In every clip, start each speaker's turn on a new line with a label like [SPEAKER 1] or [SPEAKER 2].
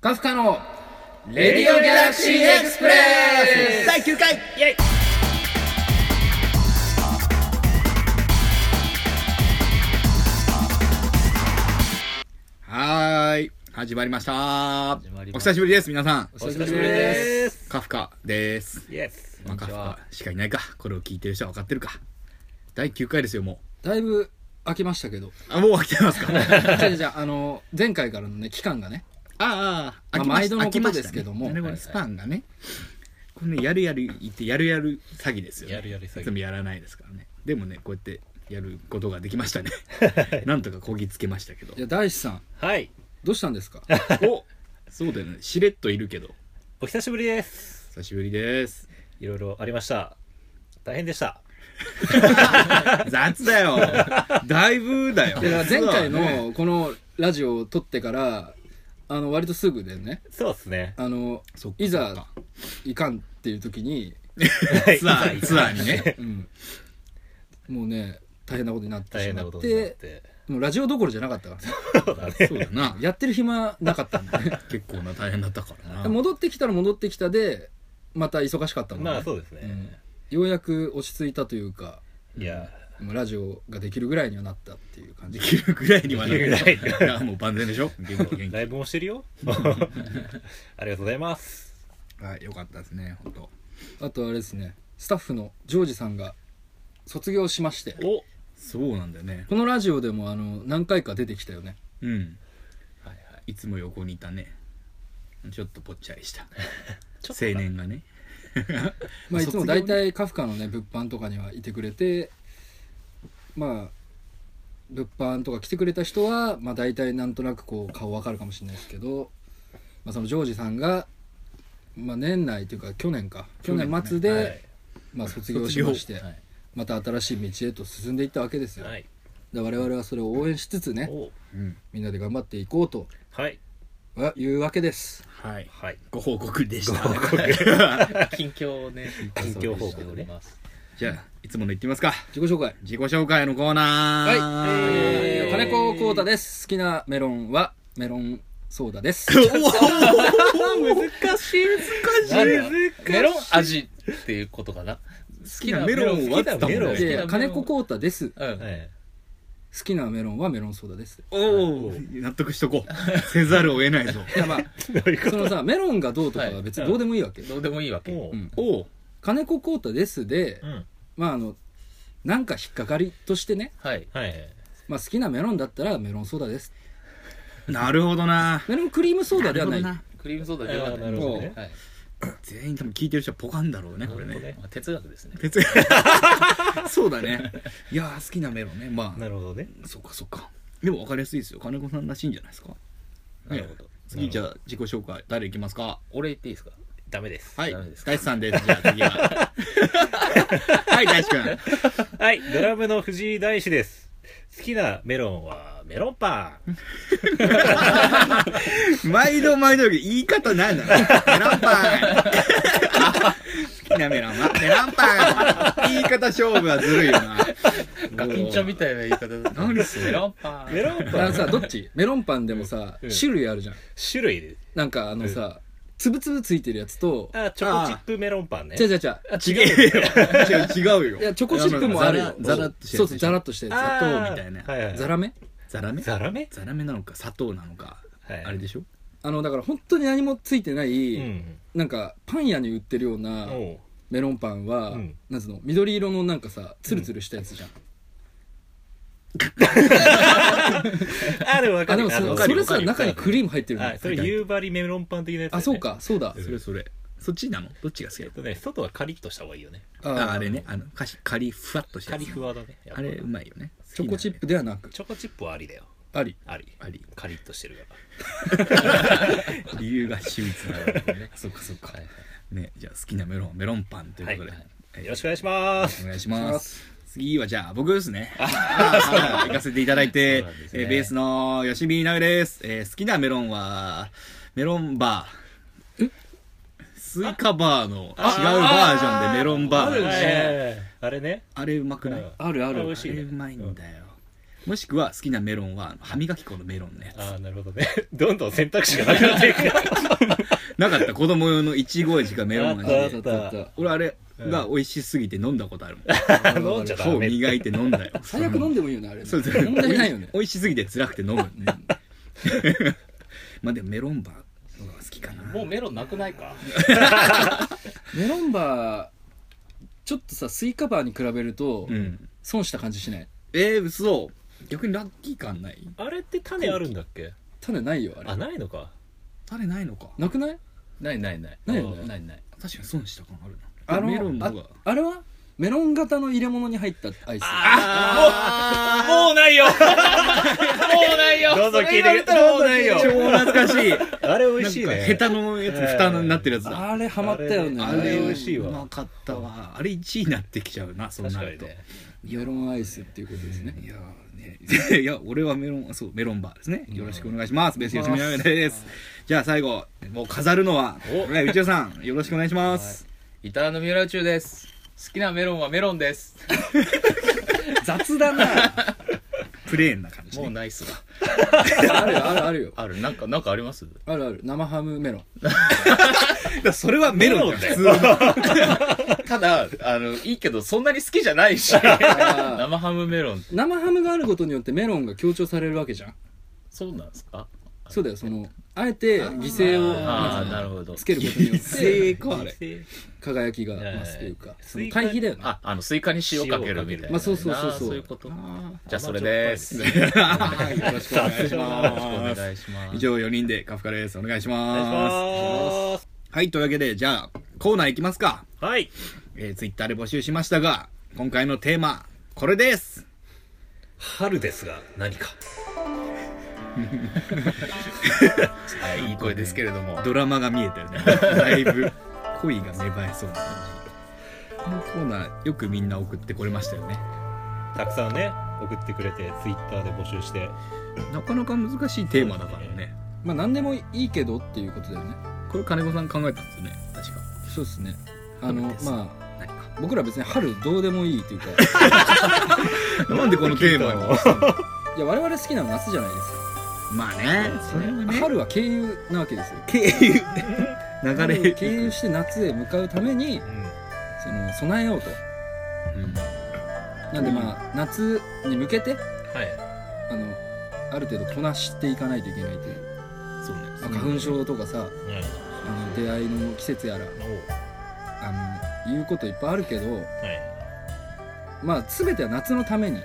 [SPEAKER 1] カフカのレディオギャラクシーエクスプレス
[SPEAKER 2] 第9回イエイ
[SPEAKER 1] はーい始まりました
[SPEAKER 3] まり
[SPEAKER 1] お
[SPEAKER 3] ました
[SPEAKER 1] 久しぶりです皆さん
[SPEAKER 3] お久しぶりです。
[SPEAKER 1] カフカです、
[SPEAKER 2] イエス
[SPEAKER 1] まあ、
[SPEAKER 3] こ
[SPEAKER 1] カ
[SPEAKER 3] んに
[SPEAKER 1] フ
[SPEAKER 3] ちは
[SPEAKER 1] カしかいないかこれを聞いてる人は分かってるか第9回ですよも
[SPEAKER 4] だいぶ空きましたけど
[SPEAKER 1] うあもう飽きてますかあー
[SPEAKER 4] じゃあじゃああの前回からのね期間がね
[SPEAKER 1] あー
[SPEAKER 4] まあ
[SPEAKER 1] 飽きま
[SPEAKER 4] 毎
[SPEAKER 1] した
[SPEAKER 4] 度の
[SPEAKER 1] 飽きま
[SPEAKER 4] こと
[SPEAKER 1] し
[SPEAKER 4] で
[SPEAKER 1] た
[SPEAKER 4] すけども
[SPEAKER 1] ねなるほ
[SPEAKER 3] はいはい
[SPEAKER 1] スパンがねこれねやるやる言ってやるやる詐欺ですよ、ね、
[SPEAKER 3] やるやる詐欺
[SPEAKER 1] いつもやらないですからねでもねこうやってやることができましたねなんとかこぎつけましたけど
[SPEAKER 4] いや大志さん
[SPEAKER 3] はい。
[SPEAKER 4] どうしたんですか
[SPEAKER 1] おそうだよねしれっといるけど
[SPEAKER 3] お久しぶりです。
[SPEAKER 1] 久しぶりです
[SPEAKER 3] いろいろありました。大変でした。
[SPEAKER 1] 雑だよだいぶだよ
[SPEAKER 4] いや前回
[SPEAKER 1] そうだね
[SPEAKER 4] のこのラジオを撮ってからあの割とすぐでね
[SPEAKER 3] そうですね。
[SPEAKER 4] あの
[SPEAKER 1] そっか
[SPEAKER 4] い
[SPEAKER 1] そっか
[SPEAKER 4] ざいかんっていう時に、
[SPEAKER 3] はい
[SPEAKER 1] ツアーツアーにね
[SPEAKER 4] うんもうね大変なことになって
[SPEAKER 3] 大
[SPEAKER 4] し
[SPEAKER 3] 変な
[SPEAKER 4] ま
[SPEAKER 3] こ
[SPEAKER 4] っ
[SPEAKER 3] とになってて。
[SPEAKER 4] もうラジオどころじゃなかったから
[SPEAKER 3] そうだね。
[SPEAKER 1] そうだな
[SPEAKER 4] やってる暇なかったんで ね
[SPEAKER 1] 結構な大変だったからな
[SPEAKER 4] 戻ってきたら戻ってきたでまた忙しかったもんね、
[SPEAKER 3] まあそうです
[SPEAKER 4] う
[SPEAKER 3] ね
[SPEAKER 4] ん。ようやく落ち着いたというか
[SPEAKER 3] いや、
[SPEAKER 4] もうラジオができるぐらいにはなったっていう感
[SPEAKER 1] で
[SPEAKER 4] じ
[SPEAKER 1] きるぐらいにはな
[SPEAKER 3] できるぐらい
[SPEAKER 1] やもう万全でしょ元気元
[SPEAKER 3] ライブもしてる よ。ありがとうございます。
[SPEAKER 1] 気 はいよかったですね本当。
[SPEAKER 4] あとあれですねスタッフのジョージさんが卒業しまして
[SPEAKER 3] お
[SPEAKER 1] そうなんだよね
[SPEAKER 4] このラジオでもあの何回か出てきたよね
[SPEAKER 1] うん
[SPEAKER 3] はいはい
[SPEAKER 1] つも横にいたねちょっとぽっ ちゃりした
[SPEAKER 3] ちょっと
[SPEAKER 1] 青年がね
[SPEAKER 4] まあいつ
[SPEAKER 1] 卒業
[SPEAKER 4] も
[SPEAKER 1] ね
[SPEAKER 4] 大体カフカのね物販とかにはいてくれてまあ物販とか来てくれた人はまあ大体なんとなくこう顔わかるかもしれないですけど、まあ、そのジョージさんが、まあ、年内というか去年か去年末で、
[SPEAKER 3] はい
[SPEAKER 4] まあ、卒業しまして、
[SPEAKER 1] 卒業はい
[SPEAKER 4] また新しい道へと進んでいったわけですよ、
[SPEAKER 3] はい。
[SPEAKER 4] で我々はそれを応援しつつね
[SPEAKER 3] お
[SPEAKER 1] うん
[SPEAKER 4] みんなで頑張っていこうと
[SPEAKER 3] はい。
[SPEAKER 4] はいうわけです
[SPEAKER 1] はい
[SPEAKER 3] はい。
[SPEAKER 1] ご報告でした
[SPEAKER 3] 近況をね、近況報告ね。
[SPEAKER 1] じゃあいつもの言ってみますか
[SPEAKER 4] 自己紹介
[SPEAKER 1] 自己紹介のコーナ
[SPEAKER 4] はい、
[SPEAKER 1] ー
[SPEAKER 4] えー、金
[SPEAKER 1] 子
[SPEAKER 4] 子浩太です好きなメロンはメロンソーダです
[SPEAKER 3] 難しい。難しい。メロン味っていうことかな。
[SPEAKER 1] 好きなメロンは
[SPEAKER 3] 好きなメロン
[SPEAKER 4] いやいや金子浩太です
[SPEAKER 3] う
[SPEAKER 4] 好
[SPEAKER 3] ん。はい
[SPEAKER 4] きなメロンはメロンソーダです
[SPEAKER 1] おお納得しとこ うせざるを得ないぞ
[SPEAKER 4] いやまあそのさメロンがどうとかは別にどうでもいいわけ、
[SPEAKER 3] どうでもいいわけ。
[SPEAKER 4] う
[SPEAKER 3] うん
[SPEAKER 1] おお
[SPEAKER 4] 金子浩太ですで、
[SPEAKER 3] ん。
[SPEAKER 4] まああのなんか引っかかりとしてね、
[SPEAKER 3] はい。はい。
[SPEAKER 4] まあ、好きなメロンだったらメロンソーダです
[SPEAKER 1] なるほどな
[SPEAKER 4] メロンクリームソーダではない
[SPEAKER 1] るほど
[SPEAKER 5] クリームソーダでは
[SPEAKER 3] あーな
[SPEAKER 5] な
[SPEAKER 3] る
[SPEAKER 5] い。
[SPEAKER 3] ほどね
[SPEAKER 5] はい。
[SPEAKER 1] 全員多分聞いてる人はポカンだろうねこれ
[SPEAKER 3] なるほど
[SPEAKER 1] ね
[SPEAKER 3] ね
[SPEAKER 5] まあ哲学ですね。
[SPEAKER 1] 別に そうだねいやー好きなメロンねま
[SPEAKER 3] なるほどね。
[SPEAKER 1] あそうかそうかでも分かりやすいですよ金子さんらしいんじゃないですか
[SPEAKER 3] なるほど。
[SPEAKER 1] 次じゃあ自己紹介誰いきますか
[SPEAKER 5] 俺言っていいですか
[SPEAKER 3] ダメです。
[SPEAKER 1] はい
[SPEAKER 5] ダメですか
[SPEAKER 1] 大志さんですじゃあ次は はい大志くん
[SPEAKER 3] はい、ドラムの藤井大志です。好きなメロンはメロンパン。
[SPEAKER 1] 毎度毎度言うけど言い方なんだろうメロンパン 好きなメロンはメロンパン言い方勝負はずるいよな
[SPEAKER 5] ガキンチョみたいな言い方だ
[SPEAKER 1] 何それ
[SPEAKER 5] メロンパン。
[SPEAKER 3] メロン
[SPEAKER 4] あ
[SPEAKER 3] パ
[SPEAKER 4] の
[SPEAKER 3] ン
[SPEAKER 4] さどっちメロンパンでもさ、
[SPEAKER 3] うん
[SPEAKER 4] 種類あるじゃん
[SPEAKER 3] 種類で。
[SPEAKER 4] なんかあのさ、つぶつぶついてるやつと、
[SPEAKER 3] あ、チョコチップメロンパンね
[SPEAKER 4] 違う。違う違う。
[SPEAKER 1] 違うよ違う違うよ
[SPEAKER 4] いや、チョコチップもあるよ。
[SPEAKER 1] ザラザラっとしたやつ
[SPEAKER 4] そうそう、ザラっとしたや
[SPEAKER 3] あー
[SPEAKER 1] 砂糖みたいな
[SPEAKER 3] はいはい
[SPEAKER 4] つ。ザラメ
[SPEAKER 1] ザラメ
[SPEAKER 3] ザラメ
[SPEAKER 1] ザラメなのか砂糖なのか、
[SPEAKER 3] はい
[SPEAKER 1] あれでしょ
[SPEAKER 4] あの、だから本当に何もついてな
[SPEAKER 3] う
[SPEAKER 4] い、
[SPEAKER 3] ん。
[SPEAKER 4] なんか、パン屋に売ってるような
[SPEAKER 3] おう
[SPEAKER 4] メロンパンは、
[SPEAKER 3] うん
[SPEAKER 4] なんつうの、緑色のなんかさ、ツルツルしたやつじゃん。
[SPEAKER 3] あ、でもわか
[SPEAKER 4] あ、で
[SPEAKER 3] る。
[SPEAKER 4] も
[SPEAKER 3] あ
[SPEAKER 4] そ
[SPEAKER 3] わ
[SPEAKER 4] う
[SPEAKER 3] か
[SPEAKER 4] そ
[SPEAKER 3] る
[SPEAKER 4] れ
[SPEAKER 3] わか
[SPEAKER 4] さ、
[SPEAKER 3] る
[SPEAKER 4] 中にクリーム入ってるの。
[SPEAKER 3] あ、それ夕張メロンパン的なやつだよ
[SPEAKER 4] あ、
[SPEAKER 3] ね。
[SPEAKER 4] そうか、そうだ。
[SPEAKER 1] それそれそっちなのどっちが好き
[SPEAKER 3] え
[SPEAKER 1] な
[SPEAKER 3] っ
[SPEAKER 1] の
[SPEAKER 3] とね、外はカリッとした方がいいよね。
[SPEAKER 4] あー
[SPEAKER 1] ああれね。あのカシカリふわっとした
[SPEAKER 3] カ
[SPEAKER 1] やつ
[SPEAKER 3] リフワだね。やっぱ
[SPEAKER 1] あれうまいよね
[SPEAKER 4] チョコチップ
[SPEAKER 1] で
[SPEAKER 4] ではなく、
[SPEAKER 3] チョコチップはありだよ。
[SPEAKER 4] あり。
[SPEAKER 3] あり。
[SPEAKER 1] あり
[SPEAKER 3] カリッとしてるか
[SPEAKER 1] 理由が秀逸なのね そっかそっか、
[SPEAKER 5] はい
[SPEAKER 1] ねじゃあ好きなメロンメロンパンということで、
[SPEAKER 3] はい
[SPEAKER 1] え
[SPEAKER 3] ら。
[SPEAKER 1] ー
[SPEAKER 3] よろしくお願いします。
[SPEAKER 1] お願いし
[SPEAKER 4] お願いし
[SPEAKER 1] ま
[SPEAKER 4] ます
[SPEAKER 1] 次はじゃあ僕で すねあー行かせていただいて、
[SPEAKER 3] そうなんです
[SPEAKER 1] え
[SPEAKER 3] ね
[SPEAKER 1] ーベースの吉見直です、えー好きなメロンはメロンバースイカバーの違うバージョンでメロンバー
[SPEAKER 3] はいはいはいあれね。
[SPEAKER 1] あれうまくない
[SPEAKER 3] うん
[SPEAKER 4] あるあ
[SPEAKER 3] あ美
[SPEAKER 4] る
[SPEAKER 3] 味。しいね
[SPEAKER 1] あれうまいんだよ、もしくは好きなメロンは歯磨き粉のメロンのや
[SPEAKER 3] ああ、なるほどね。 どんどん選択肢がなくなっていく。
[SPEAKER 1] つなかった子供用のいちご味がメロン味
[SPEAKER 3] あ
[SPEAKER 1] で
[SPEAKER 3] った
[SPEAKER 4] あったあった
[SPEAKER 1] 俺あれが美味しすぎて飲んだことあるもん
[SPEAKER 3] 飲んじゃ
[SPEAKER 1] 歯
[SPEAKER 3] ダ
[SPEAKER 1] を
[SPEAKER 3] メ。
[SPEAKER 1] 磨いて飲ん だよ
[SPEAKER 4] 最悪飲んでもいいよねあれ
[SPEAKER 1] そうそう
[SPEAKER 4] 問題ないよね
[SPEAKER 1] 美味しすぎて辛くて飲むね まあでもメロンバーのが好きかな
[SPEAKER 5] もうメロンなくないか
[SPEAKER 4] メロンバーちょっとさスイカバーに比べると
[SPEAKER 1] うん
[SPEAKER 4] 損した感じしない
[SPEAKER 1] えー、嘘逆にラッキー感ない
[SPEAKER 3] あれって種あるんだっけ
[SPEAKER 4] 種ないよあれ
[SPEAKER 3] あ、ないのか。
[SPEAKER 1] 種ないのか
[SPEAKER 4] なくない
[SPEAKER 5] ないないない
[SPEAKER 4] ないよね
[SPEAKER 5] ないない
[SPEAKER 1] 確かに損した感あるな
[SPEAKER 4] あの
[SPEAKER 1] メロンの方が
[SPEAKER 4] あれはメロン型の入れ物に入ったアイス
[SPEAKER 3] ああもうないよもうないよ
[SPEAKER 5] どうぞ聞いてく
[SPEAKER 3] それ言われたらもうないよ
[SPEAKER 1] 超懐かしい
[SPEAKER 3] あれ美味しい
[SPEAKER 1] なん
[SPEAKER 3] ね。
[SPEAKER 1] かヘタのやつ蓋になってるやつだ、
[SPEAKER 4] あれハマったよね
[SPEAKER 3] あれ美味しいわ
[SPEAKER 1] うまかったわあれ1位になってきちゃうなそう
[SPEAKER 3] 確
[SPEAKER 1] な
[SPEAKER 3] か
[SPEAKER 1] る
[SPEAKER 3] に
[SPEAKER 1] と、
[SPEAKER 3] ね。
[SPEAKER 4] メロンアイスっていうことですね
[SPEAKER 1] いやーねいや俺はメロンそうメロンバーですねよろしくお願いしますベース吉見永ですじゃあ最後もう飾るのは
[SPEAKER 3] お
[SPEAKER 1] はい内田さんよろしくお願いします
[SPEAKER 5] ギターの三浦宇宙です好きなメロンはメロンです
[SPEAKER 4] 雑だな
[SPEAKER 1] プレーンな感じ
[SPEAKER 5] もう
[SPEAKER 1] ね
[SPEAKER 5] ないっすわ
[SPEAKER 4] あるよあるあるよ
[SPEAKER 5] あるなんかなんかあります
[SPEAKER 4] あるある生ハムメロン
[SPEAKER 1] だからそれはメロンだよ普通の
[SPEAKER 5] ただあのいいけどそんなに好きじゃないし
[SPEAKER 4] あー
[SPEAKER 5] 生ハムメロン
[SPEAKER 4] 生ハムがあることによってメロンが強調されるわけじゃん
[SPEAKER 5] そうなんですか
[SPEAKER 4] そうだよそのあえて犠牲を
[SPEAKER 5] ああ
[SPEAKER 4] ま
[SPEAKER 5] なるほど
[SPEAKER 4] ずつけることによって
[SPEAKER 1] 成功あれ
[SPEAKER 4] 輝きが
[SPEAKER 5] はい
[SPEAKER 4] 増すというかその
[SPEAKER 3] スイカ
[SPEAKER 4] 対比だよね
[SPEAKER 5] ああのスイカに塩かけるみたいな
[SPEAKER 4] まあそうそうそうそう
[SPEAKER 5] そういうこと
[SPEAKER 1] あ
[SPEAKER 5] じゃあそれですよ
[SPEAKER 1] ーよろしくお願いし
[SPEAKER 5] ろしくお
[SPEAKER 1] ます
[SPEAKER 5] 願いしま
[SPEAKER 1] 以
[SPEAKER 5] す
[SPEAKER 1] 上4人でカフカですお願いし
[SPEAKER 3] お願いし
[SPEAKER 1] ます
[SPEAKER 3] ま
[SPEAKER 1] はいというわけでじゃあコーナーいきますか
[SPEAKER 3] す。はい。
[SPEAKER 1] えー、ツイッターで募集しましたが今回のテーマこれです
[SPEAKER 3] 春ですが、何か。
[SPEAKER 5] はいいい声ですけれども
[SPEAKER 1] ドラマが見えてるねだいぶ恋が芽生えそうな感じこのコーナーよくみんな送ってこれましたよね
[SPEAKER 3] たくさんね、送ってくれて、ツイッターで募集して。
[SPEAKER 1] なかなか難しいテーマだからね
[SPEAKER 4] まあ何でもいいけどっていうことだよね
[SPEAKER 1] これ金子さん考えたんですよね確か
[SPEAKER 4] そうですねあの
[SPEAKER 1] です
[SPEAKER 4] ま
[SPEAKER 1] 何か
[SPEAKER 4] あ僕ら別に春どうでもいいというか
[SPEAKER 1] なんでこのテーマ に
[SPEAKER 4] いや我々好きなの夏じゃないです
[SPEAKER 1] まあねそれは
[SPEAKER 4] か
[SPEAKER 1] ね
[SPEAKER 4] 春は経由なわけですよ
[SPEAKER 1] 経由流れ
[SPEAKER 4] 経由して夏へ向かうためにその備えようと
[SPEAKER 1] うん
[SPEAKER 4] なんでまあ夏に向けて
[SPEAKER 5] はい
[SPEAKER 4] あのある程度こなしていかないといけないという、
[SPEAKER 1] そうね
[SPEAKER 4] まあ、花粉症とかさ
[SPEAKER 3] うん
[SPEAKER 4] あの出会いの季節やら
[SPEAKER 3] おう
[SPEAKER 4] あの言うこといっぱいあるけど
[SPEAKER 3] はい。
[SPEAKER 4] まあ全ては夏のために
[SPEAKER 3] おう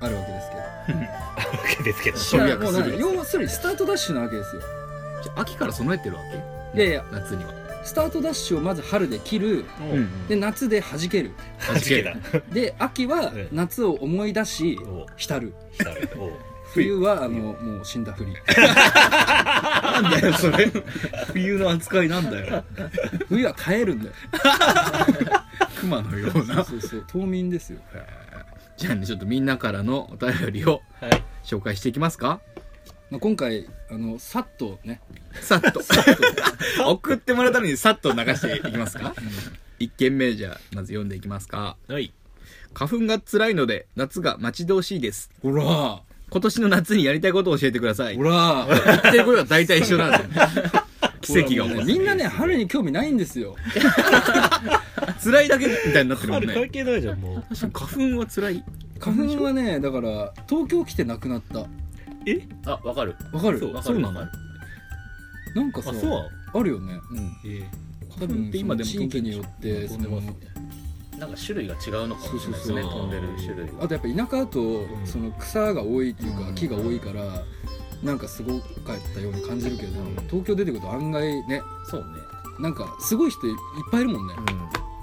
[SPEAKER 4] あるわけですけど
[SPEAKER 3] わけですけど。
[SPEAKER 1] 省略
[SPEAKER 4] いやもうなん
[SPEAKER 1] す
[SPEAKER 4] か
[SPEAKER 1] る
[SPEAKER 4] 要するにスタートダッシュなわけですよ
[SPEAKER 1] じゃあ秋から備えてるわけ
[SPEAKER 4] いやいや
[SPEAKER 1] 夏には
[SPEAKER 4] スタートダッシュをまず春で切る
[SPEAKER 3] おう
[SPEAKER 4] で夏で弾ける
[SPEAKER 3] はじけだ。
[SPEAKER 4] で秋は
[SPEAKER 3] ええ
[SPEAKER 4] 夏を思い出し
[SPEAKER 3] おう
[SPEAKER 4] 浸る
[SPEAKER 3] 来たねおう
[SPEAKER 4] 冬はあのもう死んだふり
[SPEAKER 1] なんだよそれ冬の扱いなんだよ
[SPEAKER 4] 冬は帰るんだよ
[SPEAKER 1] 熊のような
[SPEAKER 4] そうそう冬眠ですよ
[SPEAKER 1] じゃあねちょっとみんなからのお便りを
[SPEAKER 3] はい。
[SPEAKER 1] 紹介していきますか
[SPEAKER 4] まあ、今回あのさっとね
[SPEAKER 1] さっと送ってもらったのにさっと流していきますか一件目じゃあまず読んでいきますか
[SPEAKER 3] はい。
[SPEAKER 1] 花粉が辛いので夏が待ち遠しいです
[SPEAKER 4] ほらほ
[SPEAKER 1] 今年の夏にやりたいことを教えてください言
[SPEAKER 4] ら
[SPEAKER 1] ってることは大体一緒 なんですよ奇跡が起こ
[SPEAKER 4] み
[SPEAKER 1] る
[SPEAKER 4] んなね春に興味ないんですよ
[SPEAKER 1] 辛いだけみたいになってるもん
[SPEAKER 3] 春関
[SPEAKER 1] ね
[SPEAKER 3] 係ないじゃん、もう。
[SPEAKER 1] 確かに花粉は辛い
[SPEAKER 4] 花粉はねだから東京来てなくなったわ
[SPEAKER 5] あわかる
[SPEAKER 4] かる
[SPEAKER 5] わか
[SPEAKER 1] そう
[SPEAKER 5] る
[SPEAKER 1] な
[SPEAKER 5] わか
[SPEAKER 1] の
[SPEAKER 5] る
[SPEAKER 4] なんかさ
[SPEAKER 3] あ、そう
[SPEAKER 4] あるよねうん多
[SPEAKER 1] 花粉
[SPEAKER 4] 分
[SPEAKER 1] って今でも
[SPEAKER 4] その地域によって
[SPEAKER 1] 飛
[SPEAKER 4] そ
[SPEAKER 1] んでま
[SPEAKER 4] の
[SPEAKER 1] す
[SPEAKER 5] なんか種類が違うのかもしれないですね
[SPEAKER 4] そう
[SPEAKER 1] そうそう
[SPEAKER 5] 飛んでる種類が
[SPEAKER 4] あとやっぱ田舎だと
[SPEAKER 3] ん
[SPEAKER 4] その草が多いというか
[SPEAKER 1] うん
[SPEAKER 4] 木が多いからなんかすごかったように感じるけど東京出てくると案外ね
[SPEAKER 5] そうね
[SPEAKER 4] なんかすごい人いっぱいいるもんね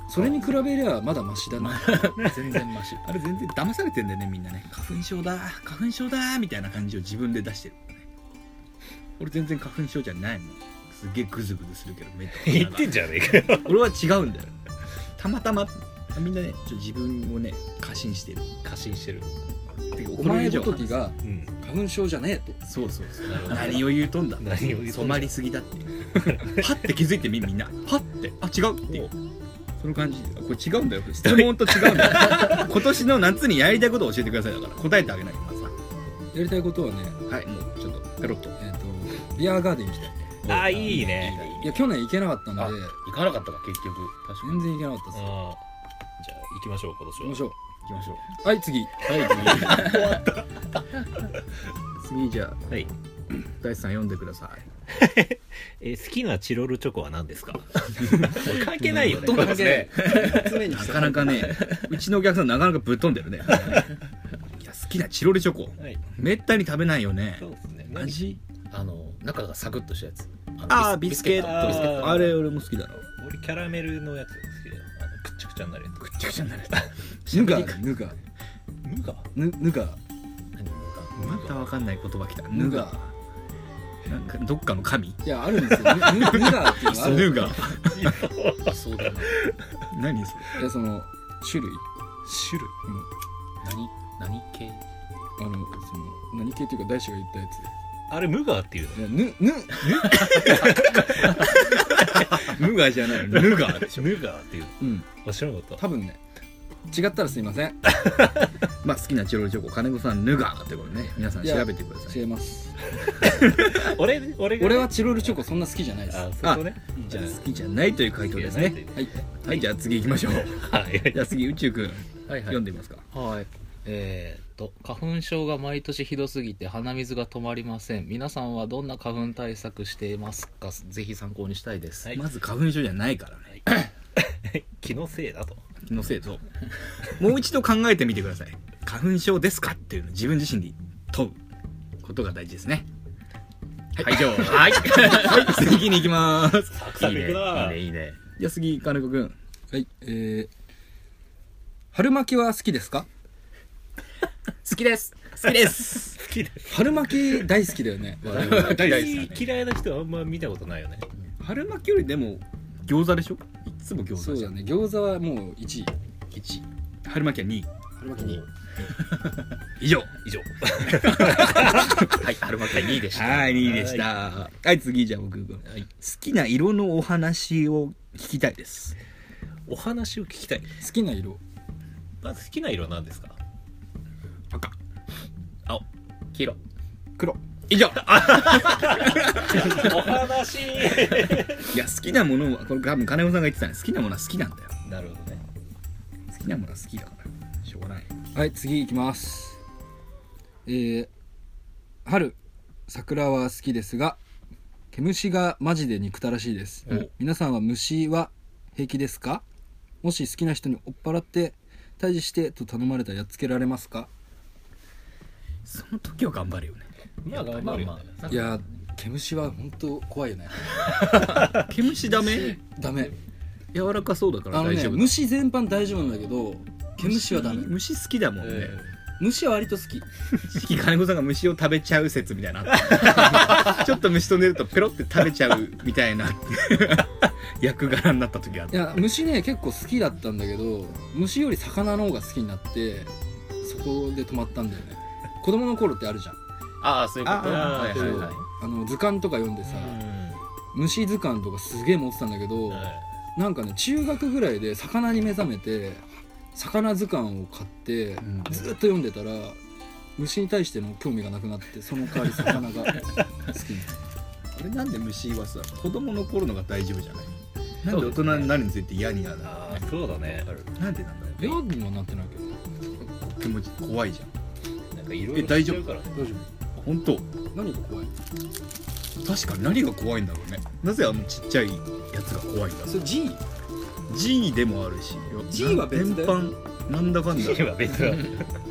[SPEAKER 4] それに比べりゃまだマシだな
[SPEAKER 5] うん全然マシ
[SPEAKER 1] あれ全然騙されてんだよねみんなね花粉症だ花粉症だみたいな感じを自分で出してるからね俺全然花粉症じゃないもんすげえグズグズするけど目とか
[SPEAKER 3] 言ってんじゃねえかよ。
[SPEAKER 1] 俺は違うんだよたまたまみんなねちょっと自分をね過信してる
[SPEAKER 3] 過信してる。
[SPEAKER 1] てか
[SPEAKER 4] お
[SPEAKER 1] これ
[SPEAKER 4] 前
[SPEAKER 1] 以上
[SPEAKER 4] ごときが
[SPEAKER 3] うん。
[SPEAKER 4] 花粉症じゃねえと
[SPEAKER 1] そうそうそう
[SPEAKER 5] なるほど
[SPEAKER 1] 何を言うとんだ
[SPEAKER 3] 何を言うとんだ
[SPEAKER 1] 染まりすぎだってはって気づいてみみんなはってあ違うっていうその感じこれ違うんだよ質問と違うんだ よ今年の夏にやりたいことを教えてくださいだから答えてあげないからさ
[SPEAKER 4] やりたいことはね
[SPEAKER 1] はいもうちょっとペロッと
[SPEAKER 4] えっ、とビアガーデン行きたい
[SPEAKER 3] あいいね
[SPEAKER 4] いや去年行けなかったんで
[SPEAKER 5] あ行かなかったか結局確か
[SPEAKER 4] 全然行けなかった
[SPEAKER 3] うん
[SPEAKER 4] で
[SPEAKER 3] じ
[SPEAKER 4] す
[SPEAKER 3] ゃあ行きましょう今年
[SPEAKER 4] 行きま
[SPEAKER 3] は
[SPEAKER 4] しょ
[SPEAKER 1] いきましょう
[SPEAKER 4] うはい次
[SPEAKER 1] はい次次じゃあ
[SPEAKER 3] はい
[SPEAKER 1] 大地さん読んでください
[SPEAKER 3] えー好きなチロルチョコは何ですか関係ないよね
[SPEAKER 5] ぶっ飛んでますね
[SPEAKER 4] 3つ目に
[SPEAKER 1] なかなかねうちのお客さんなかなかぶっ飛んでるねいや好きなチロルチョコ
[SPEAKER 3] はい
[SPEAKER 1] めったに食べないよね
[SPEAKER 3] そうですね
[SPEAKER 1] 味
[SPEAKER 5] あの中がサクッとしたやつの
[SPEAKER 1] あービスケット
[SPEAKER 5] ビスケット
[SPEAKER 1] あれ俺も好きだな
[SPEAKER 3] 俺キャラメルのやつが好きだよあのくっちゃくちゃになるや
[SPEAKER 1] くっちゃくちゃになる
[SPEAKER 4] ぬが ぬが
[SPEAKER 3] つ無我
[SPEAKER 4] ぬぬが
[SPEAKER 5] 何
[SPEAKER 1] またわかんない言葉きた
[SPEAKER 4] ぬ
[SPEAKER 1] ヌ
[SPEAKER 4] が
[SPEAKER 1] ガなんかどっかの神
[SPEAKER 4] いやあるんですよぬぬぬがっていうのがある
[SPEAKER 1] ヌガ
[SPEAKER 5] そうだな
[SPEAKER 1] 何それ
[SPEAKER 4] いやその種類
[SPEAKER 3] 種類
[SPEAKER 5] 何何系
[SPEAKER 4] あのその何系っていうか大志が言ったや
[SPEAKER 3] あれ無我っていうの
[SPEAKER 4] ついやぬぬ
[SPEAKER 1] ヌガじゃないヌガでしょ
[SPEAKER 3] 無我っていう
[SPEAKER 4] うん
[SPEAKER 3] あ知らなかった
[SPEAKER 4] 多分ね違ったらすいません
[SPEAKER 1] まあ好きなチロルチョコ金子さんヌガってことね皆さん
[SPEAKER 4] いや
[SPEAKER 1] 調べてくださ
[SPEAKER 4] 違
[SPEAKER 1] い
[SPEAKER 4] います
[SPEAKER 3] 俺俺が
[SPEAKER 4] 俺はチロルチョコそんな好きじゃないです
[SPEAKER 3] あそこね
[SPEAKER 1] じゃあ好きじゃないという回答ですね
[SPEAKER 4] はい
[SPEAKER 1] はいじゃあ次行きましょう
[SPEAKER 3] はい
[SPEAKER 1] じゃあ次宇宙くん
[SPEAKER 2] はいはい
[SPEAKER 1] 読んでみますか
[SPEAKER 2] はい。えーっと、花粉症が毎年ひどすぎて鼻水が止まりません。皆さんはどんな花粉対策していますかぜひ参考にしたいです。
[SPEAKER 3] はい
[SPEAKER 1] まず花粉症じゃないからね
[SPEAKER 3] 気のせいだと
[SPEAKER 1] 気のせいともう一度考えてみてください花粉症ですかっていうのを自分自身に問うことが大事ですねはい以 上はい、はい、 次に行きます
[SPEAKER 3] サク
[SPEAKER 5] いいねいいねいいね
[SPEAKER 1] じゃあ次金子くん
[SPEAKER 4] はいえー、春巻きは好きですか
[SPEAKER 5] 好きです
[SPEAKER 1] 好き です
[SPEAKER 3] 好きです
[SPEAKER 4] 春巻き大好きだよね我々
[SPEAKER 1] 大好き
[SPEAKER 3] 嫌いな人はあんま見たことないよね
[SPEAKER 1] 春巻きよりでも餃子でしょいつも餃
[SPEAKER 4] そ
[SPEAKER 1] 子
[SPEAKER 4] う
[SPEAKER 1] じゃ
[SPEAKER 4] だ
[SPEAKER 1] ん
[SPEAKER 4] ね餃子はもう1位
[SPEAKER 1] 1春巻きは2位
[SPEAKER 4] 春巻き2位
[SPEAKER 1] 以上
[SPEAKER 3] 以上
[SPEAKER 5] はいアルマ2位でした
[SPEAKER 1] はい2位でしたはい、次じゃあ僕くん、好きな色のお話を聞きたいです
[SPEAKER 3] お話を聞きたい
[SPEAKER 4] 好きな色
[SPEAKER 3] まず好きな色は何ですか
[SPEAKER 1] 赤
[SPEAKER 5] 黄色
[SPEAKER 4] 黒
[SPEAKER 1] 以上
[SPEAKER 3] お話
[SPEAKER 1] いや好きなものはこれ多分金子さんが言ってたね好きなものは好きなんだよ
[SPEAKER 3] なるほどね
[SPEAKER 1] 好きなものは好きだからしょうがない
[SPEAKER 4] はい次いきますえー、春桜は好きですが毛虫がマジで憎たらしいです、
[SPEAKER 1] お
[SPEAKER 4] 皆さんは虫は平気ですかもし好きな人に追っ払って退治してと頼まれたらやっつけられますか
[SPEAKER 1] その時は頑張るよね
[SPEAKER 3] まあ頑張るよね
[SPEAKER 4] いやー毛虫は本当怖いよね
[SPEAKER 1] 毛虫ダメ
[SPEAKER 4] ダメ
[SPEAKER 1] 柔らかそうだか
[SPEAKER 4] あ
[SPEAKER 1] ら
[SPEAKER 4] の
[SPEAKER 1] 大
[SPEAKER 4] ね
[SPEAKER 1] 丈夫
[SPEAKER 4] 虫全般大丈夫なんだけど毛虫はダメ
[SPEAKER 1] 虫好きだもんね、
[SPEAKER 3] え
[SPEAKER 4] 虫は割と好き
[SPEAKER 1] 一時期金子さんが虫を食べちゃう説みたい なのあったちょっと虫と寝るとペロって食べちゃうみたい な役柄になった時あっ
[SPEAKER 4] い
[SPEAKER 1] た
[SPEAKER 4] や虫ね結構好きだったんだけど虫より魚の方が好きになってそこで止まったんだよね子供の頃ってあるじゃん
[SPEAKER 5] ああそういうこと
[SPEAKER 1] あ
[SPEAKER 5] はいはいはい
[SPEAKER 4] あの図鑑とか読んでさ、
[SPEAKER 3] う
[SPEAKER 4] 虫図鑑とかすげえ持ってたんだけど、
[SPEAKER 3] んはい
[SPEAKER 4] なんかね中学ぐらいで魚に目覚めて魚図鑑を買って、
[SPEAKER 1] ん
[SPEAKER 4] ずーっと読んでたら虫に対しての興味がなくなってその代わり魚が好きになっ
[SPEAKER 1] 俺なんで虫はさ子供の頃のが大丈夫じゃないなんで大人になるについて嫌になるの
[SPEAKER 3] あーそうだね
[SPEAKER 1] なんでなんだろう
[SPEAKER 4] たよにもなってないけど
[SPEAKER 1] 気持ち怖いじゃ
[SPEAKER 3] なんかいろい
[SPEAKER 1] え
[SPEAKER 3] ろ
[SPEAKER 1] 大丈夫
[SPEAKER 3] 知ってるからね
[SPEAKER 4] 大丈
[SPEAKER 1] ん本当
[SPEAKER 4] 夫何が怖い
[SPEAKER 1] 確かに何が怖いんだろうねなぜあのちっちゃいやつが怖いんだろ
[SPEAKER 4] それ G?
[SPEAKER 1] う G でもあるし
[SPEAKER 4] G は別だよ
[SPEAKER 1] 全般なんだかんだ
[SPEAKER 3] いや別だ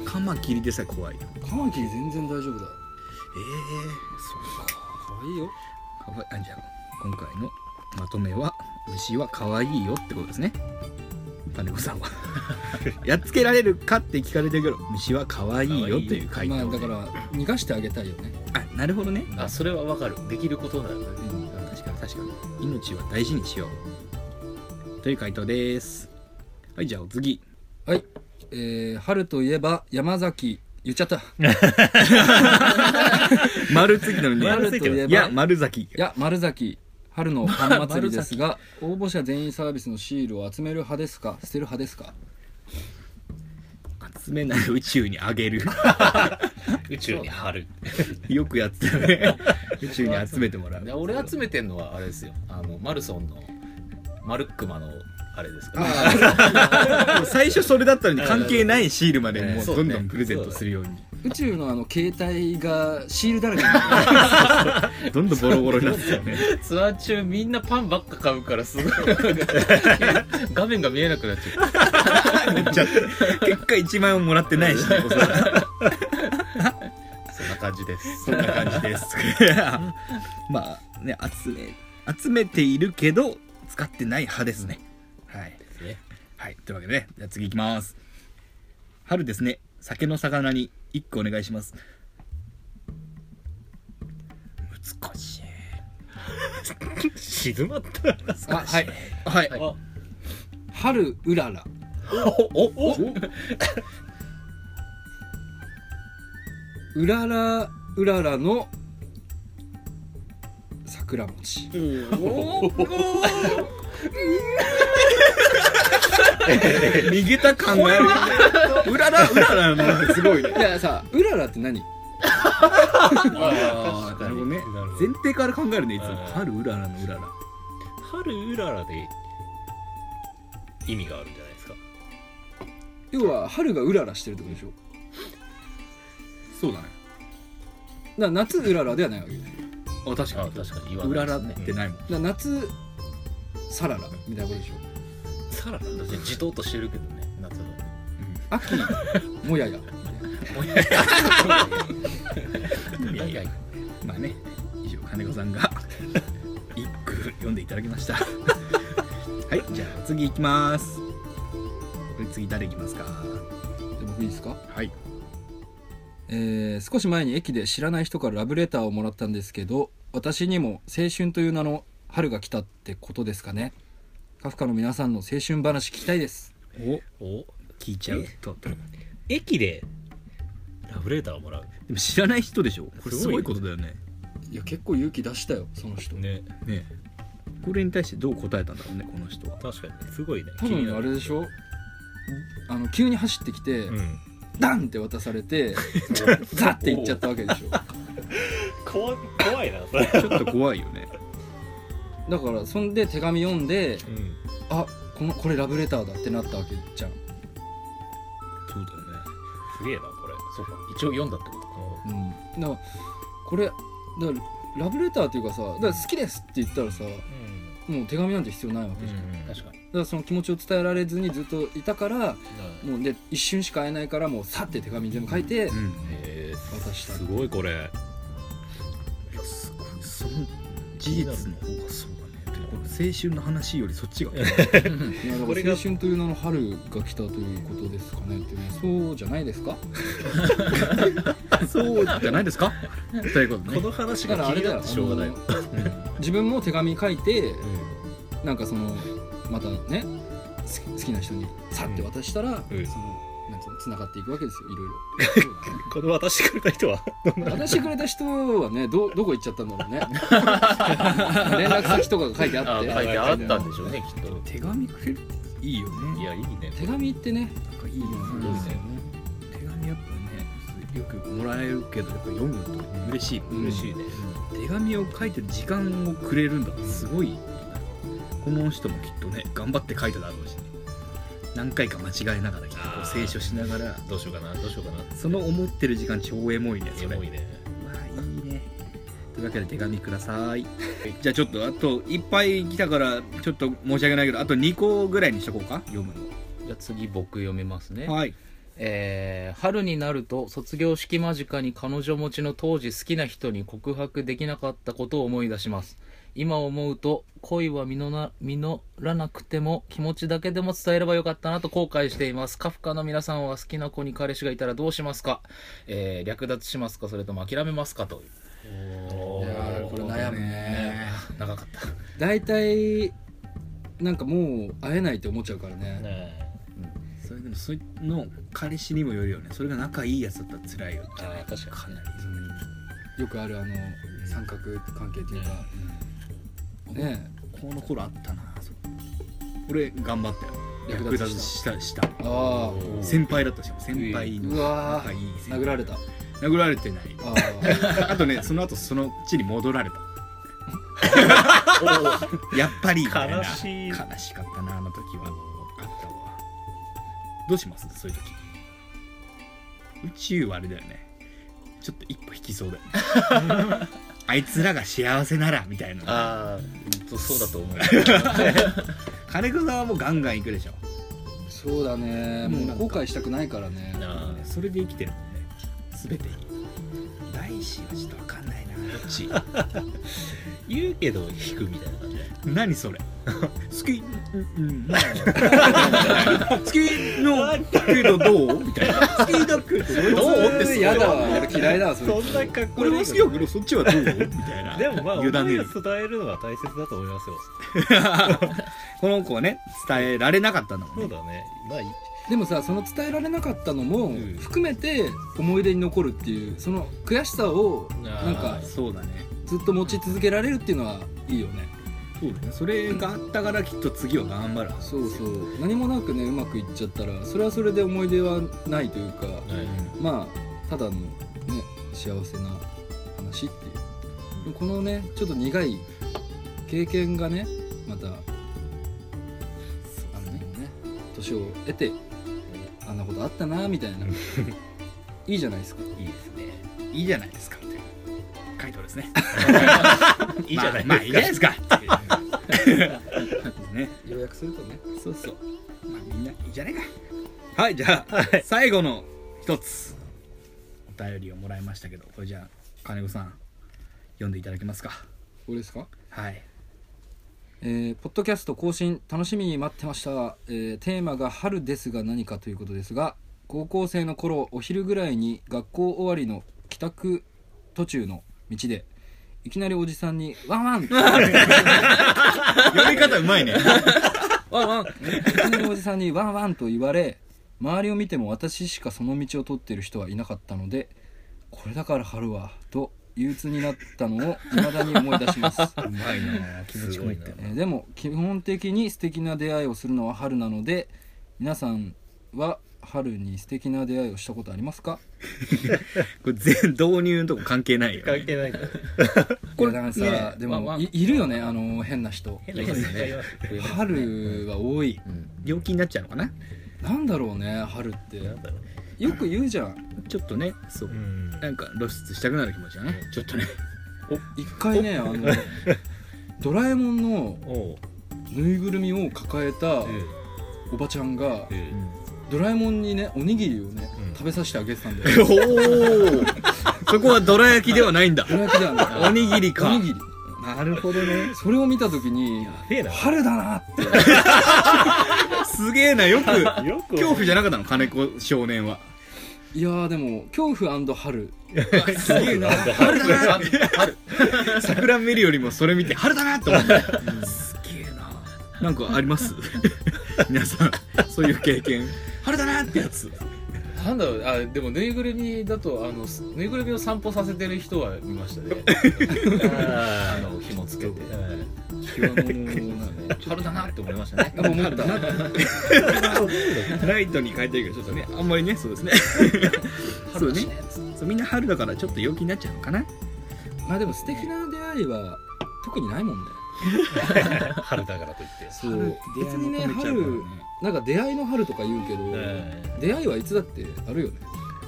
[SPEAKER 1] カマキリでさえ怖いえ
[SPEAKER 4] カマキリ全然大丈夫だ
[SPEAKER 1] え
[SPEAKER 4] 可愛いよ
[SPEAKER 1] ー、そうかわいあじゃあ今回のまとめは虫は可愛いよってことですね金子さんは やっつけられるかって聞かれてるけど虫は可愛いよっていう回答
[SPEAKER 4] まあ
[SPEAKER 1] で
[SPEAKER 4] だから逃がしてあげたいよね
[SPEAKER 1] あなるほどね
[SPEAKER 5] あそれはわかるできることならね
[SPEAKER 1] 確かに確かに命は大事にしようという回答ですはいじゃあ お次
[SPEAKER 4] はい、えー、春といえば山崎言っちゃったい
[SPEAKER 1] 丸つきなのに
[SPEAKER 4] 丸ついてます
[SPEAKER 1] いや丸崎
[SPEAKER 4] や丸崎春のパン祭りですが応募者全員サービスのシールを集める派ですか捨てる派ですか
[SPEAKER 1] 集めない宇宙にあげ る
[SPEAKER 3] 宇宙に貼る
[SPEAKER 1] よくやってたね宇宙に集めてもらう
[SPEAKER 2] で俺集めてんのはあれですよあのマルソンのマルックマのあれですから、
[SPEAKER 4] あ
[SPEAKER 1] 最初それだったのに関係ないシールまで
[SPEAKER 2] え
[SPEAKER 1] も
[SPEAKER 2] え
[SPEAKER 1] う
[SPEAKER 2] そう
[SPEAKER 1] ど
[SPEAKER 2] ね
[SPEAKER 1] んどんプレゼントするように
[SPEAKER 4] ー宇宙のあの携帯がシールだらけに なる
[SPEAKER 1] どんどんボロボロになってたよね
[SPEAKER 3] ツアー中みんなパンばっか買うから すごい画面が見えなくなっちゃう
[SPEAKER 1] 結果1万円ももらってないしねおそらく
[SPEAKER 3] そんな感じです
[SPEAKER 1] そんな感じです まあね集め集めているけど使ってない派ですねはい
[SPEAKER 3] ね
[SPEAKER 1] はいというわけでねじゃあ次いきます春ですね酒の魚に1個お願いします難しい
[SPEAKER 3] 静まった
[SPEAKER 4] あ はい
[SPEAKER 1] はい
[SPEAKER 4] 春うらら
[SPEAKER 3] おお
[SPEAKER 4] うららうららの桜餅
[SPEAKER 1] 逃げた感があるうららうららのすごいね
[SPEAKER 4] いやさうららって何
[SPEAKER 3] あ
[SPEAKER 1] なるほどね
[SPEAKER 3] なるほど
[SPEAKER 1] 前提から考えるねいつも
[SPEAKER 3] うん
[SPEAKER 1] 春うららのうらら
[SPEAKER 3] 春うららで意味があるんじゃないですか
[SPEAKER 4] 要は春がうららしてるってことでしょ
[SPEAKER 1] そうだね
[SPEAKER 4] だから夏うららではないわけだか
[SPEAKER 1] あ確
[SPEAKER 3] あ
[SPEAKER 1] か
[SPEAKER 3] 確かに言
[SPEAKER 1] にう
[SPEAKER 3] わな
[SPEAKER 1] らら
[SPEAKER 3] いですね
[SPEAKER 1] ってないもん
[SPEAKER 4] ら夏さららみたいなことでしょ
[SPEAKER 3] さらなんだってじとっとしてるけどね夏の
[SPEAKER 4] 秋 もやや
[SPEAKER 1] いやいやまあね以上金子さ んが一句読んでいただきました はいじゃあ次いきますこれ次誰いきますか
[SPEAKER 4] で僕いいですか
[SPEAKER 1] はい
[SPEAKER 4] えー少し前に駅で知らない人からラブレターをもらったんですけど私にも青春という名の春が来たってことですかねカフカの皆さんの青春話聞きたいです
[SPEAKER 1] お
[SPEAKER 3] お
[SPEAKER 1] 聞いちゃうとうとう
[SPEAKER 3] 駅でラブレーターをもらう
[SPEAKER 1] でも知らない人でしょこれす
[SPEAKER 3] すご
[SPEAKER 1] ご
[SPEAKER 3] い
[SPEAKER 1] いことだよね
[SPEAKER 4] いや結構勇気出したよその人
[SPEAKER 3] ね
[SPEAKER 1] ねえこれに対してどう答えたんだろうねこの人は
[SPEAKER 3] 確かにねすごいね
[SPEAKER 4] 多
[SPEAKER 3] 気にな
[SPEAKER 4] 分
[SPEAKER 3] る
[SPEAKER 4] あれでしょあの急に走ってきて、
[SPEAKER 3] うん
[SPEAKER 4] ダンって渡され てザッて行っちゃったわけでしょだか
[SPEAKER 3] 怖怖いなそれ
[SPEAKER 1] ちょっと怖いよね
[SPEAKER 4] らそんで手紙読んで
[SPEAKER 3] うん
[SPEAKER 4] あこのこれラブレターだってなったわけじゃん
[SPEAKER 1] そうだよね
[SPEAKER 3] すげえなこれそうか一応読んだってこと
[SPEAKER 4] うん、だからこれだからラブレターっていうかさだから好きですって言ったらさ
[SPEAKER 3] う
[SPEAKER 4] もう手紙なんて必要ないわけじゃん、だ
[SPEAKER 3] ん確かに
[SPEAKER 4] からその気持ちを伝えられずにずっといたから
[SPEAKER 3] へ
[SPEAKER 4] もうで一瞬しか会えないからもうさって手紙全部書いて
[SPEAKER 1] うん
[SPEAKER 3] え
[SPEAKER 4] 渡した
[SPEAKER 3] すごいこれ
[SPEAKER 1] いやすごいその事実の方がそうだねでもこの青春の話より そっちが
[SPEAKER 4] いやだ
[SPEAKER 3] こ
[SPEAKER 4] か
[SPEAKER 3] れ
[SPEAKER 4] ら青
[SPEAKER 3] が
[SPEAKER 4] 春という名の春が来たということですかねってねそうじゃないですか
[SPEAKER 1] そうじゃないですかという こと
[SPEAKER 3] こ
[SPEAKER 1] ね
[SPEAKER 3] の話
[SPEAKER 4] だから
[SPEAKER 3] が
[SPEAKER 4] あ
[SPEAKER 3] 気
[SPEAKER 4] れ
[SPEAKER 3] に
[SPEAKER 4] だ
[SPEAKER 3] な
[SPEAKER 4] よ
[SPEAKER 3] ってしょうがない
[SPEAKER 4] あの自分も手紙書いてなんかそのまたね好き好きな人にさって渡したら、
[SPEAKER 3] うん
[SPEAKER 4] そのなんつうの繋がっていくわけですよいろいろ。
[SPEAKER 3] この渡してくれた人は
[SPEAKER 4] 渡してくれた人はねどどこ行っちゃったんだろう ね連絡先とかが書いてあ
[SPEAKER 3] あ
[SPEAKER 4] っ
[SPEAKER 3] 書い
[SPEAKER 4] て
[SPEAKER 3] てあったんでしょうねきっと
[SPEAKER 1] 手紙くれるいいよ
[SPEAKER 3] い
[SPEAKER 1] ね
[SPEAKER 3] やいいね
[SPEAKER 4] 手紙ってね
[SPEAKER 1] なんかいいよね
[SPEAKER 4] いいですよね
[SPEAKER 1] 手紙やっぱねよくもらえるけどやっぱ読むと嬉しい、
[SPEAKER 4] うん
[SPEAKER 3] 嬉しいね
[SPEAKER 1] 手紙を書いてる時間をくれるんだすごいこの人もきっとね頑張って書いただろうし、ね、何回か間違えながらきっとこう清書しながら
[SPEAKER 3] どうしようかなどうしようかな
[SPEAKER 1] その思ってる時間超エモいねそ
[SPEAKER 3] エ
[SPEAKER 1] れ
[SPEAKER 3] モいね
[SPEAKER 1] まあいいねというわけで手紙ください じゃあちょっとあといっぱい来たからちょっと申し訳ないけどあと2個ぐらいにしとこうか読む
[SPEAKER 2] じゃあ次僕読みますね
[SPEAKER 1] のはい
[SPEAKER 2] えー春になると卒業式間近に彼女持ちの当時好きな人に告白できなかったことを思い出します今思うと恋は実な実らなくても気持ちだけでも伝えればよかったなと後悔していますカフカの皆さんは好きな子に彼氏がいたらどうしますか、えー略奪しますかそれとも諦めますかという
[SPEAKER 4] いやーこれ悩むね
[SPEAKER 2] 長かった
[SPEAKER 4] 大体なんかもう会えないって思っちゃうからね
[SPEAKER 3] ね
[SPEAKER 1] それでもそれの彼氏にもよるよねそれが仲いいやつだったら辛いよ
[SPEAKER 3] あー確か
[SPEAKER 1] かなり
[SPEAKER 4] よくあるあの三角関係っていうか、ね
[SPEAKER 1] この頃あったなそう俺頑張ったよ
[SPEAKER 4] 略
[SPEAKER 1] 略
[SPEAKER 4] 奪
[SPEAKER 1] 奪
[SPEAKER 4] し
[SPEAKER 1] したした
[SPEAKER 4] あ
[SPEAKER 1] 先輩だったしかも先輩
[SPEAKER 4] あ
[SPEAKER 1] の
[SPEAKER 4] うわ
[SPEAKER 1] 仲いい
[SPEAKER 4] ー
[SPEAKER 1] 先輩
[SPEAKER 4] 殴られた
[SPEAKER 1] 殴られてない
[SPEAKER 4] あ ー
[SPEAKER 1] あとねその後その地に戻られたやっぱりみたいな
[SPEAKER 3] 悲しい
[SPEAKER 1] 悲しかったなあの時はあったわどうしますそういう時宇宙はあれだよねちょっと一歩引きそうだよね あいつらが幸せならみたいな
[SPEAKER 5] ああそうだと思う
[SPEAKER 1] 金子さんはもうガンガン行くでしょ
[SPEAKER 4] そうだね
[SPEAKER 1] もう
[SPEAKER 4] もう後悔したくないからね
[SPEAKER 5] な
[SPEAKER 1] それで生きてるもんね全て大志はちょっと分かんないなどっち
[SPEAKER 5] 言うけど引くみたいな感じだよ
[SPEAKER 1] 何それ 好きうんうんまあ好きのけどどうみたいな好きだけど
[SPEAKER 5] どう思って
[SPEAKER 4] そ
[SPEAKER 5] そ
[SPEAKER 4] れ
[SPEAKER 5] れ
[SPEAKER 4] やだわ俺嫌いだわそれ
[SPEAKER 3] そんな格好
[SPEAKER 1] 俺は好きだけどそっちはどうみた いな
[SPEAKER 3] でもまあ思
[SPEAKER 1] 委
[SPEAKER 3] い
[SPEAKER 1] ね
[SPEAKER 3] を
[SPEAKER 1] る
[SPEAKER 3] 伝えるのが大切だと思いますよ
[SPEAKER 1] この子はね伝えられなかったんだもん
[SPEAKER 3] そ
[SPEAKER 1] ね
[SPEAKER 3] うだねまあいい
[SPEAKER 4] でもさその伝えられなかったのも
[SPEAKER 1] ん
[SPEAKER 4] 含めて思い出に残るっていうその悔しさを
[SPEAKER 5] あー
[SPEAKER 4] なんか
[SPEAKER 1] そうだね
[SPEAKER 4] ずっと持ち続けられるっていうのはいいよね
[SPEAKER 1] そうだねそれがあったからきっと次は頑張るはず
[SPEAKER 4] そうそう何もなくねうまくいっちゃったらそれはそれで思い出はないというかまあただのね幸せな話っていうでもこのねちょっと苦い経験がねまたあのね年を得てあんなことあったなみたい ないいじゃないですか
[SPEAKER 5] いいですね
[SPEAKER 1] いいじゃないですかっていう回答ですね
[SPEAKER 5] いいじゃない
[SPEAKER 1] まあまあいいじゃないですか っていうね
[SPEAKER 4] 要約するとね
[SPEAKER 1] そうそう。まあ、みんないいじゃねえか。はい、じゃあ、最後の一つ。お便りをもらいましたけど、これじゃあ、金子さん、読んでいただけますか。
[SPEAKER 4] これですか
[SPEAKER 1] はい。
[SPEAKER 4] えーポッドキャスト更新楽しみに待ってました、えーテーマが「春ですが何か」ということですが高校生の頃お昼ぐらいに学校終わりの帰宅途中の道でいきなりおじさんに「ワン ワン!」
[SPEAKER 1] 読み方うまい ね。
[SPEAKER 4] ワンワンいきなりおじさんに「ワンワン!」と言われ周りを見ても私しかその道を通っている人はいなかったのでこれだから春はと憂鬱になったのを未だに思い出します
[SPEAKER 1] うまいな気持ちこもってる
[SPEAKER 4] えーでも基本的に素敵な出会いをするのは春なので皆さんは春に素敵な出会いをしたことありますか
[SPEAKER 1] これ全導入のとこ関係ないよ、ね。
[SPEAKER 3] 関係ないから
[SPEAKER 4] これなんかさ、
[SPEAKER 1] ね
[SPEAKER 4] で
[SPEAKER 2] ワンワ
[SPEAKER 4] も
[SPEAKER 2] ン
[SPEAKER 4] いいるよねあの変な人
[SPEAKER 3] 変な人いっぱいいます
[SPEAKER 4] 春は多い
[SPEAKER 1] 病気になっちゃうのかな
[SPEAKER 4] なんだろうね春って
[SPEAKER 3] なんだろうね
[SPEAKER 4] よく言うじゃん
[SPEAKER 1] ちょっとね、そう。
[SPEAKER 3] ん
[SPEAKER 1] なんか露出したくなる気持ちだね。ちょっとね。
[SPEAKER 4] 一回ねあのドラえもんの
[SPEAKER 3] おう
[SPEAKER 4] ぬいぐるみを抱えたおばちゃんがドラえもんにねおにぎりをね
[SPEAKER 3] うん
[SPEAKER 4] 食べさせてあげてたん だよ
[SPEAKER 1] おおそこはどら焼きではないんだ。
[SPEAKER 4] ドラ焼きではな
[SPEAKER 1] おにぎり
[SPEAKER 4] いお
[SPEAKER 1] か
[SPEAKER 4] に。ぎり
[SPEAKER 1] なるほどね。
[SPEAKER 4] それを見た時に
[SPEAKER 3] ええな
[SPEAKER 4] 春だなって
[SPEAKER 1] すげえな、よく。
[SPEAKER 3] よく
[SPEAKER 1] 恐怖じゃなかったの、金子少年は。
[SPEAKER 4] いやーでも恐怖春
[SPEAKER 1] すげえな春だな桜見るよりもそれ見て春だなと思ったすげえななんかあります 皆さんそういう経験春だなってやつ
[SPEAKER 2] なんだろうあでもぬいぐるみだとあのすぬいぐるみを散歩させてる人は見ましたねあの紐つけて
[SPEAKER 4] 極物なね
[SPEAKER 2] 春だなって思いましたね
[SPEAKER 4] あ思った
[SPEAKER 1] ライトに変えてるけどちょっとねあんまりねそうです ねそ
[SPEAKER 2] 春
[SPEAKER 1] う
[SPEAKER 2] だし
[SPEAKER 1] ね
[SPEAKER 2] ね
[SPEAKER 1] そうみんな春だからちょっと陽気になっちゃうのかな
[SPEAKER 4] まあでも素敵な出会いは特にないもんね
[SPEAKER 3] 春だからといって
[SPEAKER 4] そう別にね
[SPEAKER 1] 出会い求めちゃうから
[SPEAKER 4] 春なんか出会いの春とか言うけど、出会いはいつだってあるよね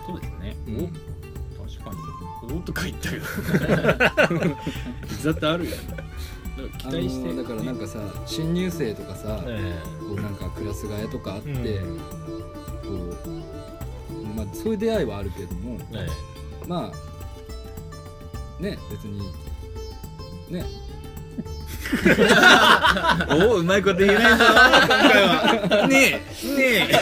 [SPEAKER 5] そうですね確かに
[SPEAKER 1] おっとか言ったよいつだってあるよ期待して、
[SPEAKER 4] あのーだからなんかさ新入生とかさ、
[SPEAKER 3] え
[SPEAKER 4] こうなんかクラス替えとかあって、
[SPEAKER 3] うん
[SPEAKER 4] こうまあそういう出会いはあるけれども
[SPEAKER 3] え
[SPEAKER 4] まあね別にね
[SPEAKER 1] おおうまいこと言えないぞ今回はねえねえ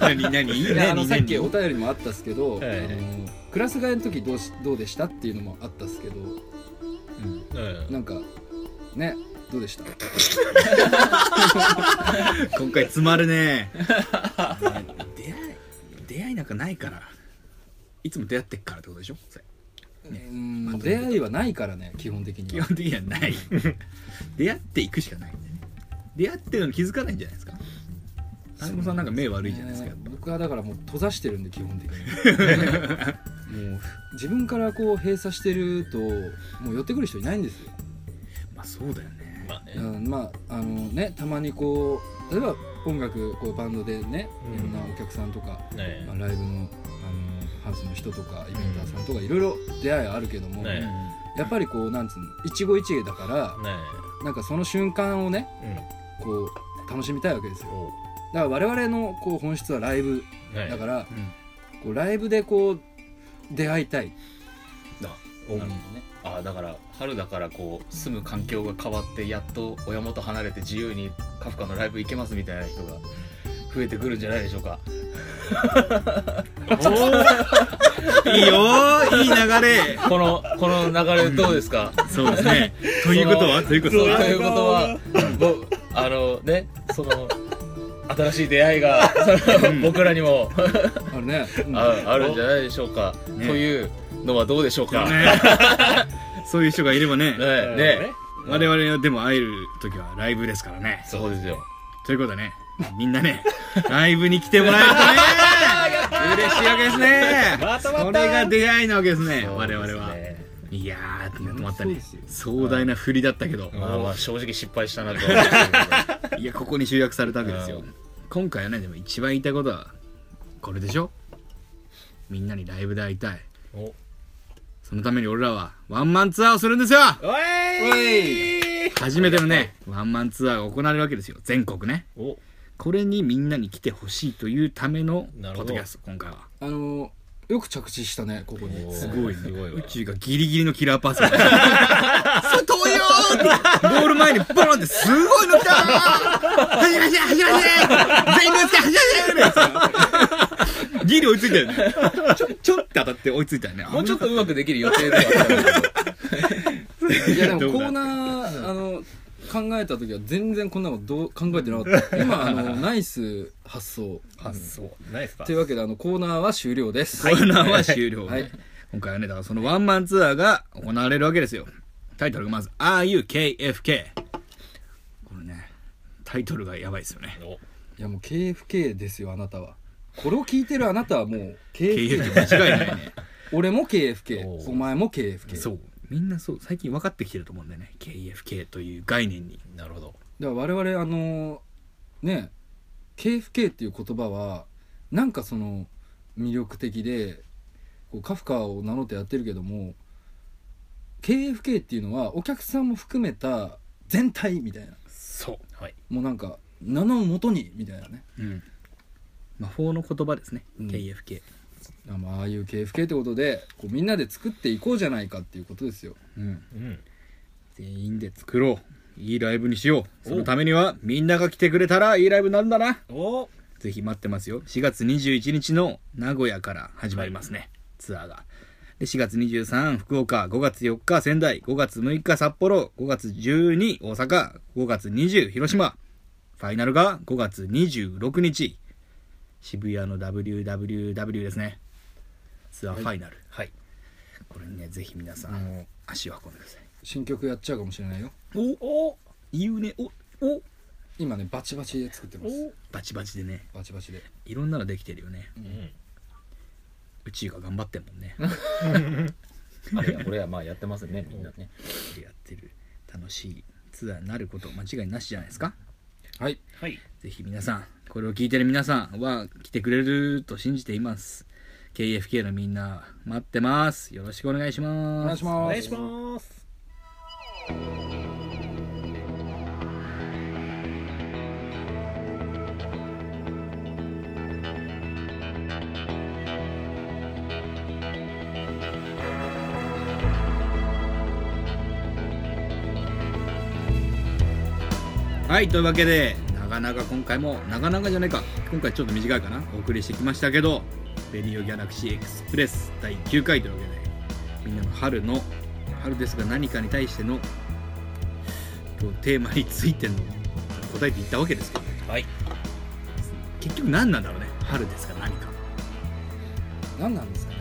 [SPEAKER 1] 何何いい
[SPEAKER 4] いやあの
[SPEAKER 1] 何
[SPEAKER 4] さっき
[SPEAKER 1] 何
[SPEAKER 4] お便りにもあったっすけど、
[SPEAKER 3] ええ
[SPEAKER 4] あのクラス替えの時どうしどうでしたっていうのもあったっすけど
[SPEAKER 3] え
[SPEAKER 4] なんかねどうでした
[SPEAKER 1] 今回詰まるね出会い出会いなんかないからいつも出会ってっからってことでしょそれ
[SPEAKER 4] うん出会いはないからね基本的に
[SPEAKER 1] 基
[SPEAKER 4] は
[SPEAKER 1] 本的にはない 出会っていくしかないんだよね出会ってるのに気づかないんじゃないですか金子さんなんか目悪いじゃないですか、
[SPEAKER 4] ね僕はだからもう閉ざしてるんで基本 的にもう自分からこう閉鎖してるともう寄ってくる人いないんですよ、
[SPEAKER 1] まあそうだよね
[SPEAKER 5] まあね
[SPEAKER 4] うん、まああのねたまにこう例えば音楽こうバンドでね
[SPEAKER 3] うん
[SPEAKER 4] いろんなお客さんとか、
[SPEAKER 5] ね
[SPEAKER 4] まあ、ライブのあのハウスの人とかイベンターさんとかいろいろ出会いあるけども、
[SPEAKER 5] ね
[SPEAKER 4] やっぱりこうなんつうの一期一会だから
[SPEAKER 5] ね
[SPEAKER 4] なんかその瞬間をね
[SPEAKER 3] うん
[SPEAKER 4] こう楽しみたいわけですよ
[SPEAKER 5] おう
[SPEAKER 4] だから我々のこう本質はライブ
[SPEAKER 5] ね
[SPEAKER 4] だから、
[SPEAKER 1] うん
[SPEAKER 4] こうライブでこう出会いたい
[SPEAKER 5] なるほどね
[SPEAKER 3] ああだから春だからこう住む環境が変わってやっと親元離れて自由にカフカのライブ行けますみたいな人が 増えてくるんじゃないでしょう か
[SPEAKER 1] いいよーいい流れ
[SPEAKER 2] このこの流れどうで すか
[SPEAKER 1] そうですねということはということ
[SPEAKER 2] と
[SPEAKER 1] は
[SPEAKER 2] いうこと はもうあのねその
[SPEAKER 3] 新しい出会いがその 僕らにも
[SPEAKER 4] あるね、うん
[SPEAKER 3] ああるんじゃないでしょうか、
[SPEAKER 1] ね
[SPEAKER 3] というのはどうでしょうか、ね
[SPEAKER 1] ね そういう人がいればね
[SPEAKER 3] ね
[SPEAKER 1] 我々はでも会える時はライブですからね
[SPEAKER 3] そうですよ
[SPEAKER 1] ということでねみんなねライブに来てもらえるとね嬉しいわけですね
[SPEAKER 5] またまた
[SPEAKER 1] それが出会いなわけですね
[SPEAKER 3] そう
[SPEAKER 1] 我
[SPEAKER 3] ですね
[SPEAKER 1] 々はいやーって止まったね
[SPEAKER 4] そうですよ
[SPEAKER 1] 壮大な振りだったけど
[SPEAKER 3] まあまあ正直失敗したなと
[SPEAKER 1] いやここに集約されたわけです
[SPEAKER 3] う
[SPEAKER 1] よ今回はねでも一番言いたいことはこれでしょみんなにライブで会いたい
[SPEAKER 3] お
[SPEAKER 1] そのために俺らはワンマンツアーをするんですよ
[SPEAKER 5] おい
[SPEAKER 1] 初めてのねワンマンツアーが行われるわけですよ全国ね
[SPEAKER 3] お
[SPEAKER 1] これにみんなに来てほしいというためのポ
[SPEAKER 3] な
[SPEAKER 1] ッ
[SPEAKER 3] る
[SPEAKER 1] ド
[SPEAKER 3] ほど
[SPEAKER 1] キャスト今回は
[SPEAKER 4] あのよく着地したねここに
[SPEAKER 1] すごいね
[SPEAKER 3] すごいわ
[SPEAKER 1] 宇宙がギリギリのキラーパスそれ遠いよーってゴール前にボロンってすごいの来たー走り走り走り走り全員乗って走り走り走りギリ追いついたよねちょちょっと当たって追いついたよね
[SPEAKER 3] もうちょっとうまくできる予定ではあったんだけど
[SPEAKER 4] いやで
[SPEAKER 1] ど
[SPEAKER 4] もコ
[SPEAKER 1] うだ
[SPEAKER 4] ーナーあの考えた時は全然こんなのどう考えてなかった今あのナイス発想
[SPEAKER 5] あそうないですか
[SPEAKER 4] というわけであのコーナーは終了です
[SPEAKER 1] コーナーは終了、
[SPEAKER 4] はい
[SPEAKER 1] 今回はねだからそのワンマンツアーが行われるわけですよタイトルがまず「RUKFK」これねタイトルがやばいですよね
[SPEAKER 4] いやもう KFK ですよあなたはこれを聞いてるあなたはもう KFK
[SPEAKER 1] KFK 間違いないね
[SPEAKER 4] 俺も
[SPEAKER 3] お
[SPEAKER 4] KFK
[SPEAKER 3] う
[SPEAKER 4] お前も KFK
[SPEAKER 1] そうみんなそう最近分かってきてると思うんだよね KFK という概念に
[SPEAKER 3] なるほど
[SPEAKER 4] だから我々あのね KFK っていう言葉はなんかその魅力的でこうカフカを名乗ってやってるけども KFK っていうのはお客さんも含めた全体みたいな
[SPEAKER 1] そうはい、
[SPEAKER 4] もうなんか名のもとにみたいなね
[SPEAKER 1] うん、魔法の言葉ですね、
[SPEAKER 4] うん
[SPEAKER 1] KFK
[SPEAKER 4] あまあああいう KFK ってことでこうみんなで作っていこうじゃないかっていうことですよ
[SPEAKER 1] うん
[SPEAKER 5] うん
[SPEAKER 1] 全員で作ろういいライブにしようそのためにはみんなが来てくれたらいいライブになるんだな
[SPEAKER 5] お
[SPEAKER 1] ぜひ待ってますよ。4月21日の名古屋から始まりますね、ツアーが。で、4月23福岡、5月4日仙台、5月6日札幌、5月12大阪、5月20広島。ファイナルが5月26日。渋谷の WWW ですね。ツアーファイナル。
[SPEAKER 5] はい
[SPEAKER 1] これにね、ぜひ皆さ
[SPEAKER 4] あ
[SPEAKER 1] ん、
[SPEAKER 4] の
[SPEAKER 1] 足を運んでください。
[SPEAKER 4] 新曲やっちゃうかもしれないよ
[SPEAKER 1] おお言うね、おお
[SPEAKER 4] 今ねバチバチで作ってます
[SPEAKER 1] バチバチでね、
[SPEAKER 4] バチバチで
[SPEAKER 1] いろんなのできてるよね。
[SPEAKER 5] うん
[SPEAKER 1] 宇宙が頑張ってんもんね。
[SPEAKER 3] あ れやこれはまあやってますねみんなね
[SPEAKER 1] やってる楽しいツアーになること間違いなしじゃないですか
[SPEAKER 4] はい
[SPEAKER 5] はい
[SPEAKER 1] ぜひ皆さんこれを聞いてる皆さんは来てくれると信じています KFK のみんな待ってますよろしくお願いします
[SPEAKER 4] お願いし
[SPEAKER 5] お
[SPEAKER 4] ます
[SPEAKER 5] 願いします
[SPEAKER 1] はいというわけでなかなか今回もなかなかじゃないか今回ちょっと短いかなお送りしてきましたけど「レディオギャラクシーエクスプレス」第9回というわけでみんなの春の春ですが何かに対してのこうテーマについての答えていったわけですけどね
[SPEAKER 5] はい
[SPEAKER 1] 結局何なんだろうね春ですが何か
[SPEAKER 4] 何なんですか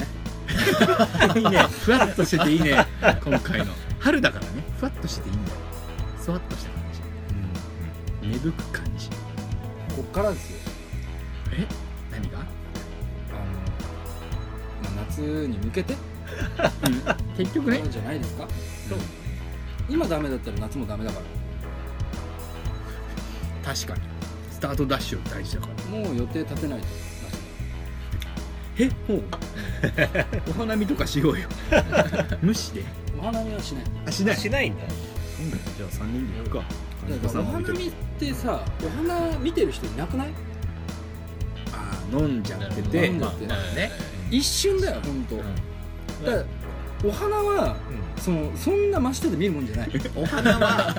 [SPEAKER 4] ね
[SPEAKER 1] いいね ふわっとしてていいね今回の春だからねふわっとしてていいんだよふわっとした感じ、うん、芽吹く感じ
[SPEAKER 4] こっからですよ
[SPEAKER 1] え何
[SPEAKER 4] あの、
[SPEAKER 1] が
[SPEAKER 4] まあ、夏に向けて
[SPEAKER 1] 結局ね
[SPEAKER 4] なんじゃないですか、そう今ダメだったら夏もダメだか
[SPEAKER 1] 確かにスタートダッシュ大事だから
[SPEAKER 4] らもう予定立てないと
[SPEAKER 1] えもう お花見とかしようよ無視で
[SPEAKER 4] 夏お花見はしない
[SPEAKER 1] あしない
[SPEAKER 5] しないんだ
[SPEAKER 1] じゃあ3人でやるか
[SPEAKER 4] だからお花見ってさお花見てる人いなくない
[SPEAKER 1] あー飲んじゃって
[SPEAKER 4] 飲
[SPEAKER 1] て
[SPEAKER 4] んじゃって
[SPEAKER 1] まあね
[SPEAKER 4] 一瞬だよ本当。だからお花は、そのそんな真下で見るもんじゃない
[SPEAKER 1] お花は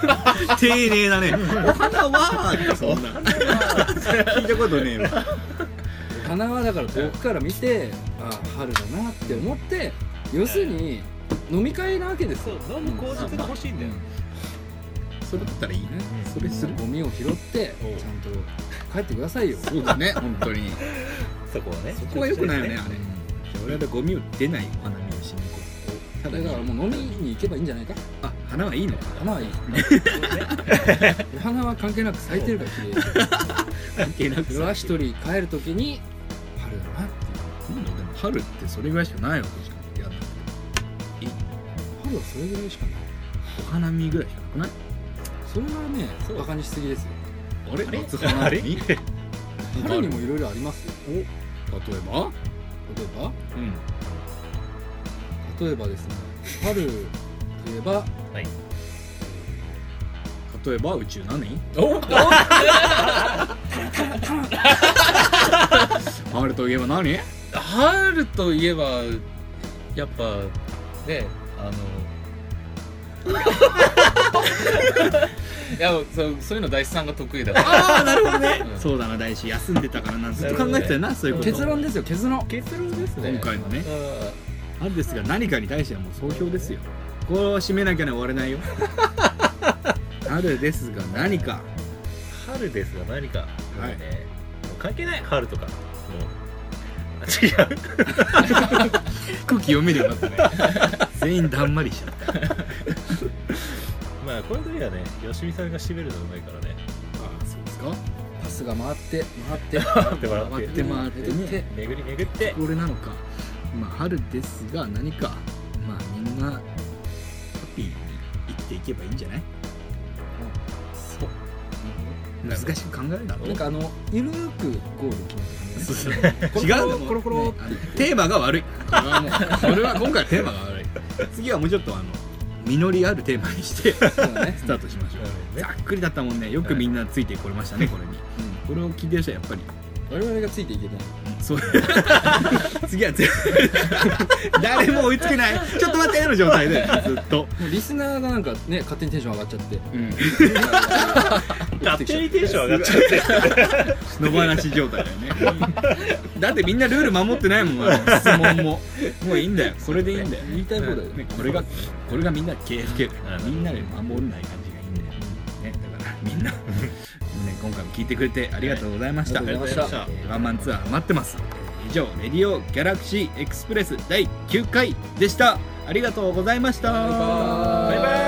[SPEAKER 1] 丁寧だねお花はそんな聞いたことねえわ
[SPEAKER 4] お花はだから遠くから見てああ春だなって思って要するに飲み会なわけですよ
[SPEAKER 5] そう飲む口実が欲しいんだよ
[SPEAKER 1] それだったらいいねそれする
[SPEAKER 4] ゴミを拾って
[SPEAKER 1] おう
[SPEAKER 4] ちゃんと帰ってくださいよ
[SPEAKER 1] そうだね本当に
[SPEAKER 5] そこはね
[SPEAKER 1] そこは良くないよねあれじゃあ俺はゴミを出ないお花見をしに行こうた
[SPEAKER 4] だ
[SPEAKER 1] だ
[SPEAKER 4] からもう飲みに行けばいいんじゃないか
[SPEAKER 1] あ花はいいのか
[SPEAKER 4] 花はいいお 花は関係なく咲いてるから綺麗
[SPEAKER 1] 関係なく
[SPEAKER 4] それ
[SPEAKER 1] さ
[SPEAKER 4] は一人帰る時に春だなって
[SPEAKER 1] うんでも春ってそれぐらいしかないわけじゃんやだって
[SPEAKER 4] 春はそれぐらいしかない
[SPEAKER 1] お花見ぐらいしかなくない
[SPEAKER 4] それはねバカにしすぎですよ
[SPEAKER 1] あれ夏花見例え
[SPEAKER 4] 春にもいろいろありますよ
[SPEAKER 1] ば
[SPEAKER 4] 例えば
[SPEAKER 1] うん
[SPEAKER 4] 例えばですね春といえば
[SPEAKER 1] 例えば宇宙何 春といえば何
[SPEAKER 3] 春といえばやっぱねあのいやそうそういうの大志さんが得意だから
[SPEAKER 1] ああなるほどね
[SPEAKER 3] うん
[SPEAKER 1] そうだな大志休んでたからなずっと考えてたよなそういうこと
[SPEAKER 4] 結論ですよ結論
[SPEAKER 5] 結論です
[SPEAKER 1] 今回のね
[SPEAKER 3] う
[SPEAKER 1] あるですが何かに対してはもう総評ですよこれを締めなきゃ終われ ないよあるですが何か
[SPEAKER 5] 春ですが何か、
[SPEAKER 1] はい
[SPEAKER 5] もうねもう関係ない春とかもうあ違う
[SPEAKER 1] 空気読めるようになった ね全員だんまりしちゃった
[SPEAKER 5] まあこういう時はねよしみさんが締めるのうまいからね
[SPEAKER 1] あそうですか
[SPEAKER 4] パスが回って回って
[SPEAKER 5] 待ってもらっ
[SPEAKER 1] 回ってて回ってね
[SPEAKER 5] 巡り巡って
[SPEAKER 1] これなのかまあ春ですが何かまあみんなハッピーに生きていけばいいんじゃないそう難しく考えるだろ
[SPEAKER 4] なんかあのゆるーくゴール決めてくれるね
[SPEAKER 1] そ
[SPEAKER 4] コ
[SPEAKER 1] うそう違
[SPEAKER 4] ロ
[SPEAKER 1] うのも
[SPEAKER 4] コロコロ
[SPEAKER 1] ねあのテーマが悪いこれはもうこれは今回テーマが悪い次はもうちょっとあの実りあるテーマにしてス
[SPEAKER 4] そうだね
[SPEAKER 1] タートしましょう
[SPEAKER 5] ね
[SPEAKER 1] ざっくりだったもんねよくみんなついてこれましたねこれに、これを聞いてる人はやっぱり
[SPEAKER 4] 我々がついていけない
[SPEAKER 1] そう 次は全部誰も追いつけないちょっと待っての状態でずっと、
[SPEAKER 4] もうリスナーがなんかね勝手にテンション上がっちゃって
[SPEAKER 5] 勝手にテンション上がっちゃって
[SPEAKER 1] 野放し状態だよねだってみんなルール守ってないもんあの質問 ももういいんだよこれでいいんだよ、
[SPEAKER 4] 言いたい放題だよ
[SPEAKER 1] ねこれがこれがみんな KFK だから
[SPEAKER 5] うん
[SPEAKER 1] みんなで守んない感じがいいんだよ、ね、だからみんなね今回も聞いてくれてありがとうございました、
[SPEAKER 4] ありがとうございました
[SPEAKER 1] えーワンマンツアー待ってます以上「レディオギャラクシーエクスプレス第9回」でしたありがとうございました
[SPEAKER 4] バイバーイ
[SPEAKER 5] バイバイ